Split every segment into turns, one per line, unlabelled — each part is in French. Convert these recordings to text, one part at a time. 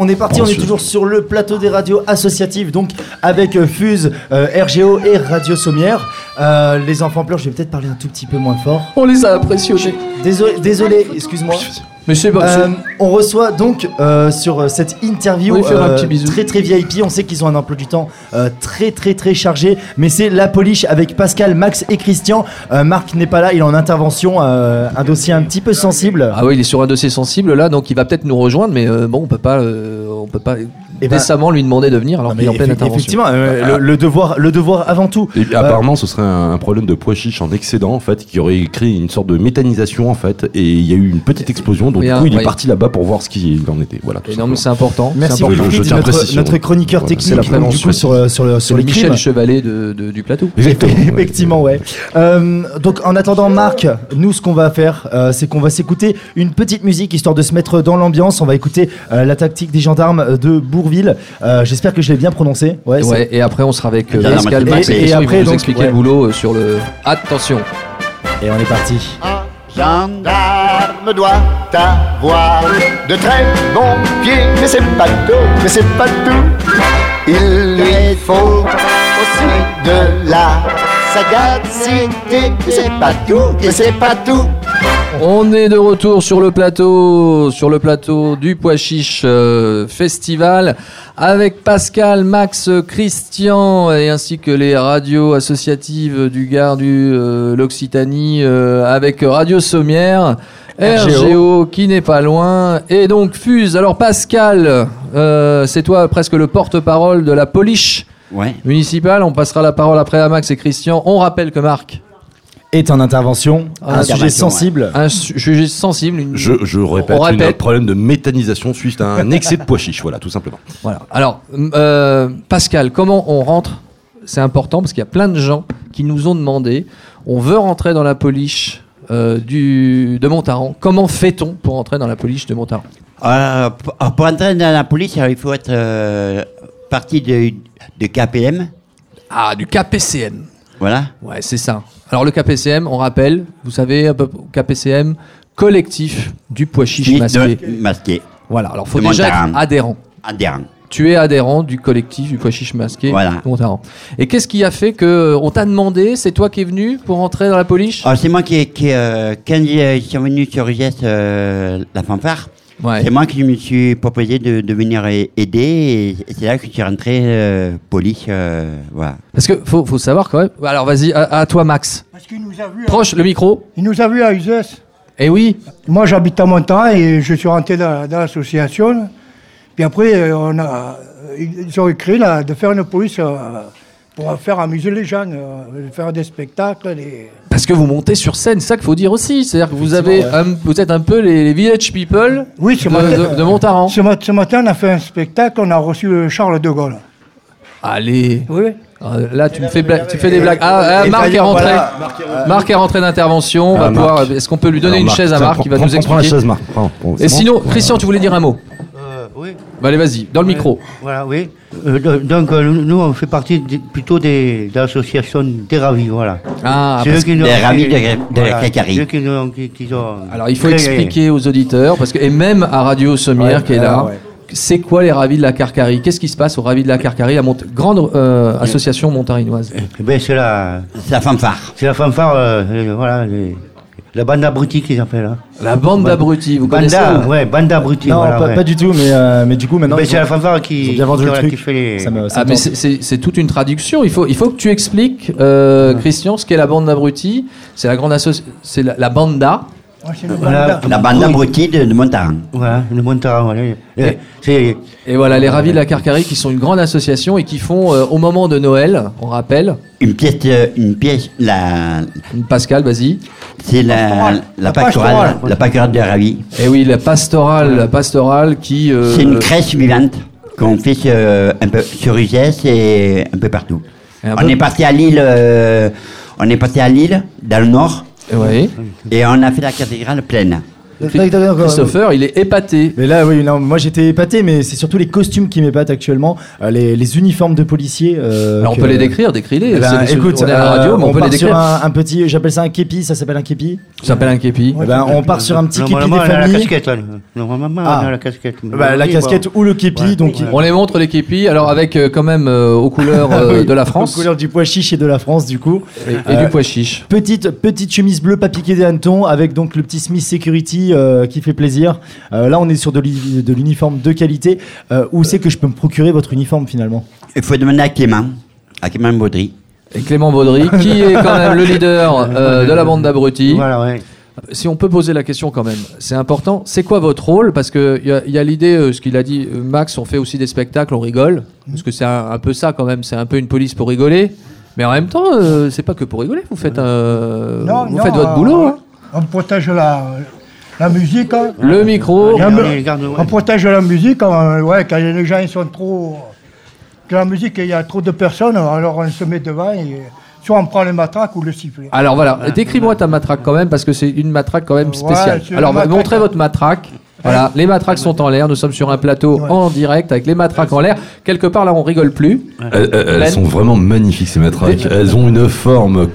On est parti, on est toujours sur le plateau des radios associatives, donc avec euh, Fuse, euh, RGO et Radio Sommière. Euh, les enfants pleurent, je vais peut-être parler un tout petit peu moins fort.
On les a impressionnés.
Désolé, désolé excuse-moi.
Mais c'est pas
Euh, on reçoit donc euh, sur euh, cette interview
On lui fait un
euh,
petit bisou.
très très VIP. On sait qu'ils ont un emploi du temps euh, très très très chargé, mais c'est la police avec Pascal, Max et Christian. Euh, Marc n'est pas là, il est en intervention, euh, un dossier un petit peu sensible.
Ah oui, il est sur un dossier sensible là, donc il va peut-être nous rejoindre, mais euh, bon, on peut pas, euh, on peut pas
ben-
décemment lui demander de venir alors
Non,
qu'il est en
mais
pleine
effe-
intervention.
effectivement,
Ah.
euh, le, le devoir, le devoir avant tout.
Et
Bah,
puis, apparemment, ce serait un, un problème de pois chiche en excédent, en fait, qui aurait créé une sorte de méthanisation, en fait, et il y a eu une petite explosion, donc
Et
du
un-
coup, il
ouais.
est parti là-bas pour voir ce qu'il en était. Voilà, tout
Et non, mais
simplement.
c'est important.
Merci
c'est important.
Oui,
beaucoup,
je- je
Kid,
tiens à
notre,
préciser,
notre
ouais.
chroniqueur
Voilà,
technique
c'est la
donc,
prévention.
du coup, sur, euh, sur, le- sur
C'est le
les
Michel
crimes.
Chevalet de- de- du plateau.
Exactement, ouais.
Effectivement, ouais. Euh, donc, en attendant, Marc, nous, ce qu'on va faire, euh, c'est qu'on va s'écouter une petite musique histoire de se mettre dans l'ambiance. On va écouter euh, la tactique des gendarmes euh, de Bourville. Euh, J'espère que je l'ai bien prononcé. Ouais, c'est-
Ouais, et après on sera avec euh,
Dernière
Pascal,
matinée.
Max et,
Et- et
Christian,
après,
ils vont
donc,
nous expliquer
ouais.
le boulot euh, sur le... Attention
Et on est parti.
Un gendarme doit avoir de très bons pieds, mais c'est pas tout, mais c'est pas tout. Il lui faut aussi de la sagacité, mais c'est pas tout, mais c'est pas tout.
On est de retour sur le plateau, sur le plateau du Pois Chiche euh, Festival, avec Pascal, Max, Christian, et ainsi que les radios associatives du Gard, du euh, l'Occitanie, euh, avec Radio Sommière, RGO, qui n'est pas loin, et donc Fuse. Alors Pascal, euh, c'est toi presque le porte-parole de la police
Ouais.
municipale. On passera la parole après à Max et Christian. On rappelle que Marc,
Est en intervention,
Ah,
un
intervention,
sujet sensible.
un su- sujet sensible, une...
Je, je répète,
On
une- un
répète.
problème de méthanisation suite à un excès de pois chiche, voilà, tout simplement.
Voilà. Alors, m- euh, Pascal, comment on rentre C'est important parce qu'il y a plein de gens qui nous ont demandé on veut rentrer dans la police euh, du, de Montaran. Comment fait-on pour entrer dans la police de Montaran
Euh, pour pour entrer dans la police, alors, il faut être euh, parti de, de KPM.
Ah, du KPCM.
Voilà.
Ouais, c'est ça. Alors, le KPCM, on rappelle, vous savez, un peu- KPCM, collectif du pois chiche
Fils
masqué.
de- masqué.
Voilà. Alors, faut
de
déjà être
Montaran.
adhérent.
Adhérent.
Tu es adhérent du collectif du pois chiche masqué
Voilà.
de Montaran. Et qu'est-ce qui a fait que on t'a demandé C'est toi qui es venu pour entrer dans la police
Alors, c'est moi qui, qui euh, quand ils sont venus sur Geste euh, la fanfare,
Ouais.
c'est moi qui me suis proposé de, de venir a- aider et c'est là que je suis rentré euh, police. euh, voilà.
Parce que faut, faut savoir quand même. Alors vas-y, à, à toi Max.
Parce qu'il nous a vu, à,
Proche le micro.
il nous a vu à Uzès.
Eh oui.
Moi, j'habite à Montant et je suis rentré dans, dans l'association. Puis après, euh, on a, ils ont écrit là, de faire une police euh, pour faire amuser les gens, euh, faire des spectacles. des-
Parce que vous montez sur scène, c'est ça qu'il faut dire aussi. C'est-à-dire que vous avez un- vous êtes un peu les, les village people
Oui,
de,
c'est moi.
de- de Montaran.
Ce, mat- ce matin, on a fait un spectacle, on a reçu euh, Charles de Gaulle.
Allez.
Oui,
Ah, Là tu me fais bla- tu fais des blagues. Ah, ah,
Et
Marc est
d'ailleurs,
rentré.
voilà.
Marc est rentré d'intervention. On va
Ah, Marc.
pouvoir- Est-ce qu'on peut lui donner
Alors,
une
Marc,
chaise à
tiens,
Marc
prends-
qui va
prends-
nous
prends la
expliquer.
chaise, Marc. prends, prends, c'est
Et
bon
sinon, Christian, tu voulais dire un mot
Euh, oui.
Bah, Allez, vas-y, dans le micro.
Voilà, oui. Euh, do- donc, euh, nous, on fait partie des- plutôt des, de l'association des ravis, voilà.
Ah,
C'est
parce-
eux qui nous
Des
ont-
ravis de- de la Cacarie.
C'est eux qui nous ont- qui- qui ont-
Alors il faut
créé.
expliquer aux auditeurs, parce que, et même à Radio Sommière qui est là, c'est quoi les Ravis de la Carcarie Qu'est-ce qui se passe aux Ravis de la Carcarie, la Mont- grande euh, association montarinoise
Eh ben, c'est la,
c'est la fanfare.
c'est la fanfare, euh, euh, voilà, les- la bande abrutie qu'ils appellent. hein.
La bande d'abrutis, vous connaissez hein.
Banda,
ça
ouais, bande abrutie.
non,
voilà,
pas,
ouais.
pas du tout, mais, euh, mais du coup, maintenant.
Ben,
ils
c'est
ont-
la fanfare
ils ont
qui,
bien vendu
qui-
le
voilà, qui
truc.
fait les.
Ça me- ça
Ah
me
mais
tente.
c'est- c'est c'est toute une traduction. Il faut, il faut que tu expliques, euh, Christian, ce qu'est la bande d'abrutis. C'est la grande associ- c'est la, la banda.
moi, Ah,
Euh,
c'est une
Voilà,
Ah
bande.
La
bah,
bande abrutie de, de Montaran.
voilà, le Montaran, voilà. Euh, C'est.
Et voilà, les Ravis de la Carcarie qui sont une grande association et qui font euh, au moment de Noël, on rappelle.
Une pièce, euh, une pièce, la,
Pascal, vas-y.
c'est la, la,
La
pastorale,
pastorale.
la pastorale de Ravi.
Et Eh oui, la pastorale, la pastorale qui. euh,
C'est une crèche vivante qu'on fait sur, euh, un peu sur Uzès et un peu partout.
Et un
on
peu-
est parti à Lille, euh, on est parti à Lille, dans le nord,
ouais.
et on a fait la cathédrale pleine.
D'accord, d'accord.
Christopher, il est épaté.
Mais là, oui, non, moi j'étais épaté, mais c'est surtout les costumes qui m'épatent actuellement, euh, les, les uniformes de policiers. euh,
Alors on
que-
peut les décrire, décris-les.
Eh ben,
C'est- c'est-
écoute,
on est à la
euh,
radio, mais on, peut les
part sur
décrire.
un, un petit, j'appelle ça un képi, ça s'appelle un képi.
Ça s'appelle un képi.
Eh ben, on part sur un petit képi
Normalement,
des
elle a la
familles.
casquette. elle. Normalement,
Ah.
elle a la casquette.
Eh ben, la
Oui,
casquette
bon.
ou le képi,
Ouais.
donc.
On les montre les képis, alors avec euh, quand même euh, aux couleurs euh, de la France
Ah Aux couleurs du pois chiche et de la France, du coup.
et, et
Euh,
du pois chiche.
Petite, petite chemise bleue pas piquée des hannetons avec donc le petit Smith Security euh, qui fait plaisir. Euh, là, on est sur de l'uni- de l'uniforme de qualité. Euh, où c'est que je peux me procurer votre uniforme finalement
Il faut demander à Clément, à Clément Baudry.
Et Clément Baudry, qui est quand même le leader euh, de la bande d'abrutis.
Voilà, ouais.
Si on peut poser la question quand même, c'est important. C'est quoi votre rôle Parce que il y a, y a l'idée, euh, ce qu'il a dit euh, Max, on fait aussi des spectacles, on rigole. Parce que c'est un, un peu ça quand même, c'est un peu une police pour rigoler. Mais en même temps, euh, c'est pas que pour rigoler, vous faites, euh,
Non,
vous
non,
faites votre
euh,
boulot. hein.
On protège la, la musique. hein.
Le micro,
Allez,
Non,
allez,
mais
garde, ouais.
On protège la musique, on- ouais, quand les gens ils sont trop. Que la musique, il y a trop de personnes, alors on se met devant et soit on prend les matraques ou le sifflet.
Ah,
Alors voilà,
Ah,
décris-moi ta matraque quand même, parce que c'est une matraque quand même spéciale.
Ouais, c'est une
Alors
matraque. hein.
montrez votre matraque. Voilà, les matraques sont en l'air. Nous sommes sur un plateau en direct avec les matraques en l'air. Quelque part là, on rigole plus.
Elles, elles- elles
Ben.
sont vraiment magnifiques ces matraques. Elles ont une forme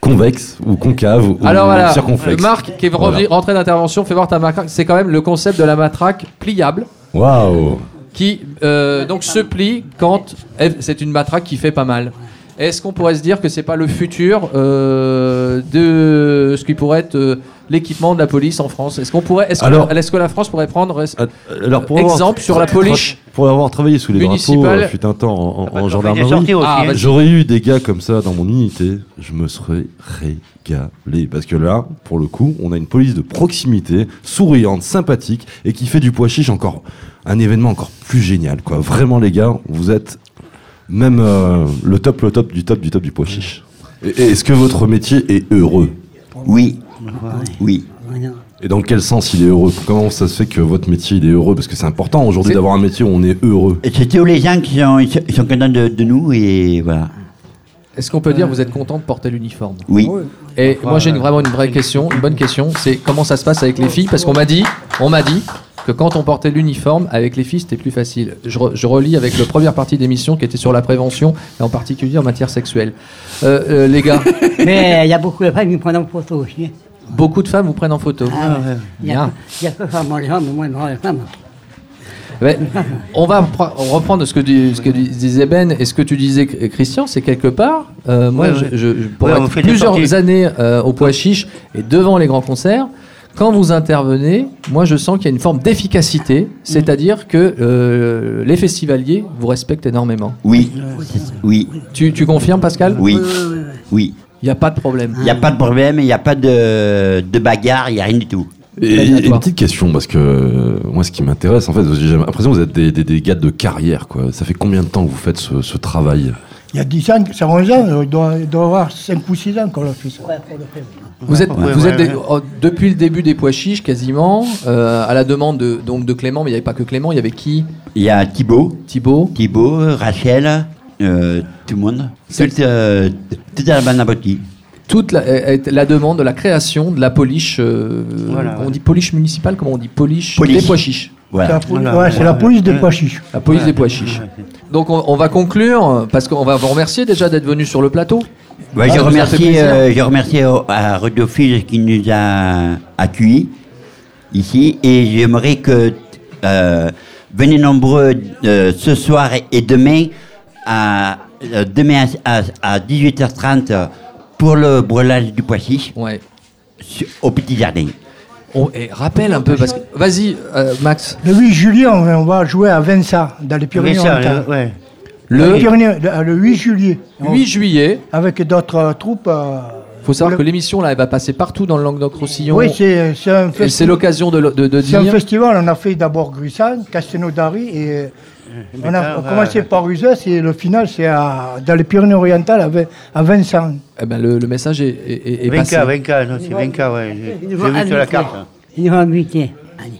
convexe ou concave ou
Alors voilà,
circonflexe.
Marc qui est
Voilà.
revenu- rentré d'intervention, fait voir ta matraque. C'est quand même le concept de la matraque pliable
Waouh
qui euh, donc se plie quand elle- c'est une matraque qui fait pas mal. Est-ce qu'on pourrait se dire que c'est pas le futur euh, de ce qui pourrait être euh, l'équipement de la police en France Est-ce qu'on pourrait, est-ce
Alors- Euh,
que, est-ce que la France pourrait prendre
Alors pour
Exemple sur la police
tra- pour avoir travaillé sous les drapeaux,
municipale.
euh, fut un temps en, en- en
Il est
gendarmerie.
sorti aussi.
Ah,
hein.
vas-y.
J'aurais eu des gars comme ça dans mon unité, je me serais régalé. Parce que là, pour le coup, on a une police de proximité, souriante, sympathique, et qui fait du pois chiche encore un événement encore plus génial. Quoi. Vraiment, les gars, vous êtes même euh, le top, le top du top du top du pois chiche. Et- et Est-ce que votre métier est heureux
Oui. Oui.
et dans quel sens il est heureux Comment ça se fait que votre métier il est heureux Parce que c'est important aujourd'hui
C'est-
d'avoir un métier où on est heureux.
Et C'est tous les gens qui sont, ils sont- ils sont contents de, de nous et voilà.
Est-ce qu'on peut dire vous êtes content de porter l'uniforme
Oui.
Et moi j'ai une- vraiment une vraie question, une bonne question, c'est comment ça se passe avec les filles Parce qu'on m'a dit, on m'a dit que quand on portait l'uniforme avec les filles c'était plus facile. Je, re- je relis avec la première partie d'émission qui était sur la prévention et en particulier en matière sexuelle. Euh, euh, les gars,
Mais il y a beaucoup de femmes qui me prennent en photo aussi.
beaucoup de femmes vous prennent en photo.
Ah ouais. Il y a
Bien.
peu- il y a peu femmes, les hommes, moins de femmes.
Ouais. on va pre- reprendre ce que, dit- ce que dis- disait Ben et ce que tu disais Chr- Christian, c'est quelque part, euh, moi
Ouais,
je-
ouais.
je- je- pour
Ouais,
être
on fait des
plusieurs
sorties.
années euh, au pois chiche et devant les grands concerts, quand vous intervenez, moi je sens qu'il y a une forme d'efficacité, c'est-à-dire que euh, les festivaliers vous respectent énormément.
Oui. Oui.
Tu, tu confirmes Pascal
Oui. Ah. Oui.
Il n'y a pas de problème.
Il n'y a pas de problème, il n'y a pas de, de bagarre, il n'y a rien du tout.
Et,
Vas-y, à
et
toi.
une petite question, parce que euh, moi ce qui m'intéresse, en fait, j'ai jamais l'impression que vous êtes des, des- des gars de carrière. Quoi. Ça fait combien de temps que vous faites ce, ce travail
Il y a 10 ans, ça 11 ans, il doit, il doit avoir 5 ou 6 ans qu'on l'a fait ça.
Vous êtes,
Ouais,
vous
ouais,
êtes des-
ouais.
oh, depuis le début des pois chiches quasiment, euh, à la demande de, donc de Clément, mais il n'y avait pas que Clément, il y avait qui
Il y a Thibaut,
Thibaut
Thibaut, Rachel, euh, tout le monde. Toute, euh, toute la bande à Botti.
toute la, euh, euh, la demande de la création de la police, euh,
Voilà,
on
ouais.
dit police municipale, comment on dit police,
Police.
des pois chiches.
C'est la
Voilà.
police-
Voilà.
ouais, c'est la police des pois chiches.
La police des pois chiches. Donc on, on va conclure, euh, parce qu'on va vous remercier déjà d'être venu sur le plateau.
Ouais,
Ah, ça nous a
je,
fait
remercie,
plaisir.
euh, je remercie au- à Radio Fil qui nous a accueillis ici et j'aimerais que euh, venez nombreux euh, ce soir et demain à euh, demain à, à- à 18h30 pour le brûlage du poissy
Ouais.
au Petit Jardin.
On, et rappelle un peu, parce que... Vas-y, euh, Max.
Le 8 juillet, on, on va jouer à Vinça, dans les
Oui,
Pyrénées.
ça,
orientales.
ouais.
Les
Le
Pyrénées, le, le 8 juillet. on-
8 juillet,
Avec d'autres euh, troupes. euh,
faut savoir
le-
que l'émission, là, elle va passer partout dans le Languedoc-Roussillon.
Oui, c'est c'est un,
Et c'est
festival.
l'occasion de, le- de- de
C'est un
dire...
festival, on a fait d'abord Gruissan, Castelnaudary et euh, on a
tard,
commencé
euh,
par Uzès et le final c'est à- dans les Pyrénées-Orientales à Vin- à Vincent.
Eh ben, le, le message est, est- est- est passé.
20K, 20K, non, c'est 20K, ouais. J'ai
Ils
j'ai
nous vont
vu sur la
inviter.
carte. hein,
Ils nous vont inviter. Allez.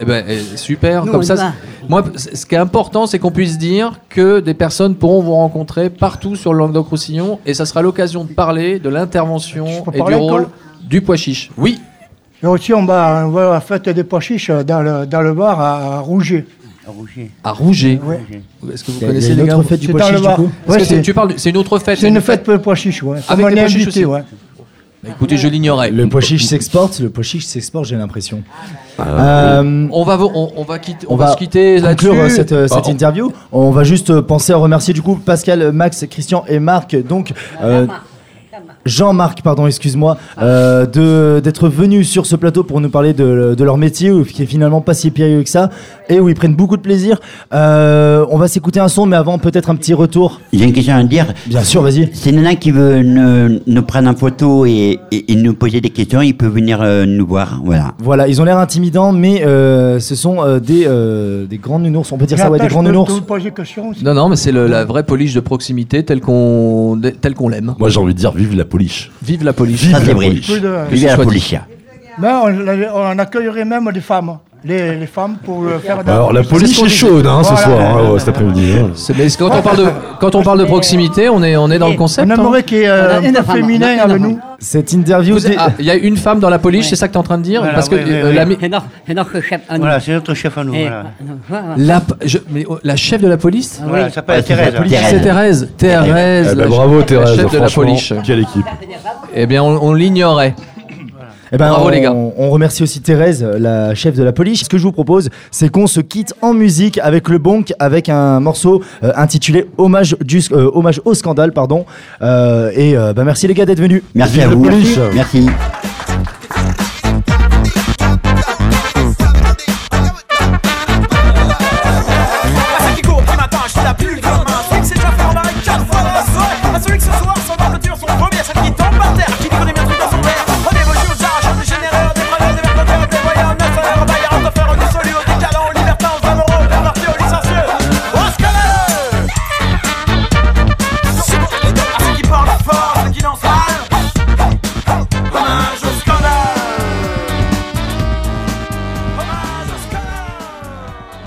Eh ben, eh, super.
Nous,
Comme
on y
ça,
va.
c'est- moi, c- ce qui est important, c'est qu'on puisse dire que des personnes pourront vous rencontrer partout sur le Languedoc-Roussillon et ça sera l'occasion de parler de l'intervention
Tu peux
et du
parler
rôle
encore
du pois chiche. Oui.
Et aussi, on va, on va à la fête des pois chiches euh, dans le, dans le bar à Rouget.
à Rouget.
À Rouget.
Ouais.
Est-ce que vous
Il y a- il y
connaissez
a
les
une
gars
autre fête du
C'est
pois
dans
chiche,
le
du
bar.
coup
Parce
Ouais,
que c'est-
c'est-
tu parles, de- c'est une autre fête. Bah,
C'est une fête pour les pois chiches, ouais.
Avec
Comme on
les
est
pois chiches aussi.
invité, ouais.
Écoutez, je l'ignorais.
Le pois chiche s'exporte, le pois chiche s'exporte, j'ai l'impression. Euh,
On va, vo- on, on va quitter, on, va, se quitter
conclure
là-dessus.
cette, euh,
Bah,
cette
on-
interview. On va juste euh, penser à remercier du coup Pascal, Max, Christian et Marc. Donc euh, Jean-Marc, pardon, excuse-moi, euh, de- d'être venus sur ce plateau pour nous parler de, de leur métier, euh, qui est finalement pas si périlleux que ça, et où ils prennent beaucoup de plaisir. Euh, on va s'écouter un son, mais avant peut-être un petit retour.
J'ai une question à dire.
Bien sûr, vas-y.
C'est Nana qui veut nous, nous prendre en photo et, et- et nous poser des questions. Il peut venir euh, nous voir. Voilà.
Voilà, ils ont l'air intimidants, mais euh, ce sont euh, des, euh, des grands nounours. On peut dire ça, ouais, des
Attends, je
grands
peux
nounours.
te poser une question aussi
Non, non, mais c'est le- la vraie police de proximité telle qu'on, telle qu'on l'aime.
Moi, j'ai envie de dire, vive la police.
Vive la police.
Vive
Ça, c'est
la
vrai.
police.
Plus de-
Vive la
soit dit.
police.
Non, on, l'a- on accueillerait même des femmes. hein. Les, les femmes pour euh, faire des-
Bah, Alors, la police est chaude hein, ce
Voilà.
soir, hein, ouais, cet après-midi. hein.
C'est- mais c'est- quand on parle de, quand on parle de proximité, on est, on est dans le
On
concept. hein.
aimerait qu'il y ait euh,
On a
un
une
peu
femme,
féminin
on a une
avec
femme.
nous.
Cette interview.
Vous êtes-
des-
ah, Il y a une femme dans la police, c'est ça que tu es en train de dire
Voilà,
Parce que
ouais, ouais,
euh,
ouais.
la, mi-
C'est notre, c'est notre chef à nous.
Voilà, c'est notre chef à nous.
Eh,
bah,
Voilà,
voilà.
la, je- mais, oh, la chef de la police
Voilà, elle
Ouais,
s'appelle
Ah, c'est la
Thérèse.
police. Thérèse.
C'est Thérèse. Thérèse.
Eh ben,
la-
bravo,
la
Thérèse.
chef de la
franchement,
police.
Quelle équipe.
Eh bien, on, on l'ignorait.
Eh ben,
Bravo,
on,
les gars.
on remercie aussi Thérèse, la chef de la police. Ce que je vous propose, c'est qu'on se quitte en musique avec le Bonk, avec un morceau euh, intitulé Hommage, du, euh, Hommage au scandale. pardon. Euh, et euh, bah, merci les gars d'être venus.
Merci à
Vive la
vous.
police.
Merci.
À celle qui court qui m'attend, je suis la plus comme un truc, c'est déjà fait en arrêt quatre fois dans la soirée. À celui que ce soir, son barbe dure, son premier, celle qui tombe par terre, qui dit qu'on est bien truc dans son verre. Oh, des beaux jours, j'arrache un dégénéré, des bravés, des mercenaires, des voyants, neuf salaires, un bailleur, un coiffeur, un dissolu, un décalant, un libertin, un amoureux, un perverti, un licencieux. Oh, scandaleux! À ceux qui parlent fort, ceux qui dansent mal, hommage au scandale. Hommage au scandale.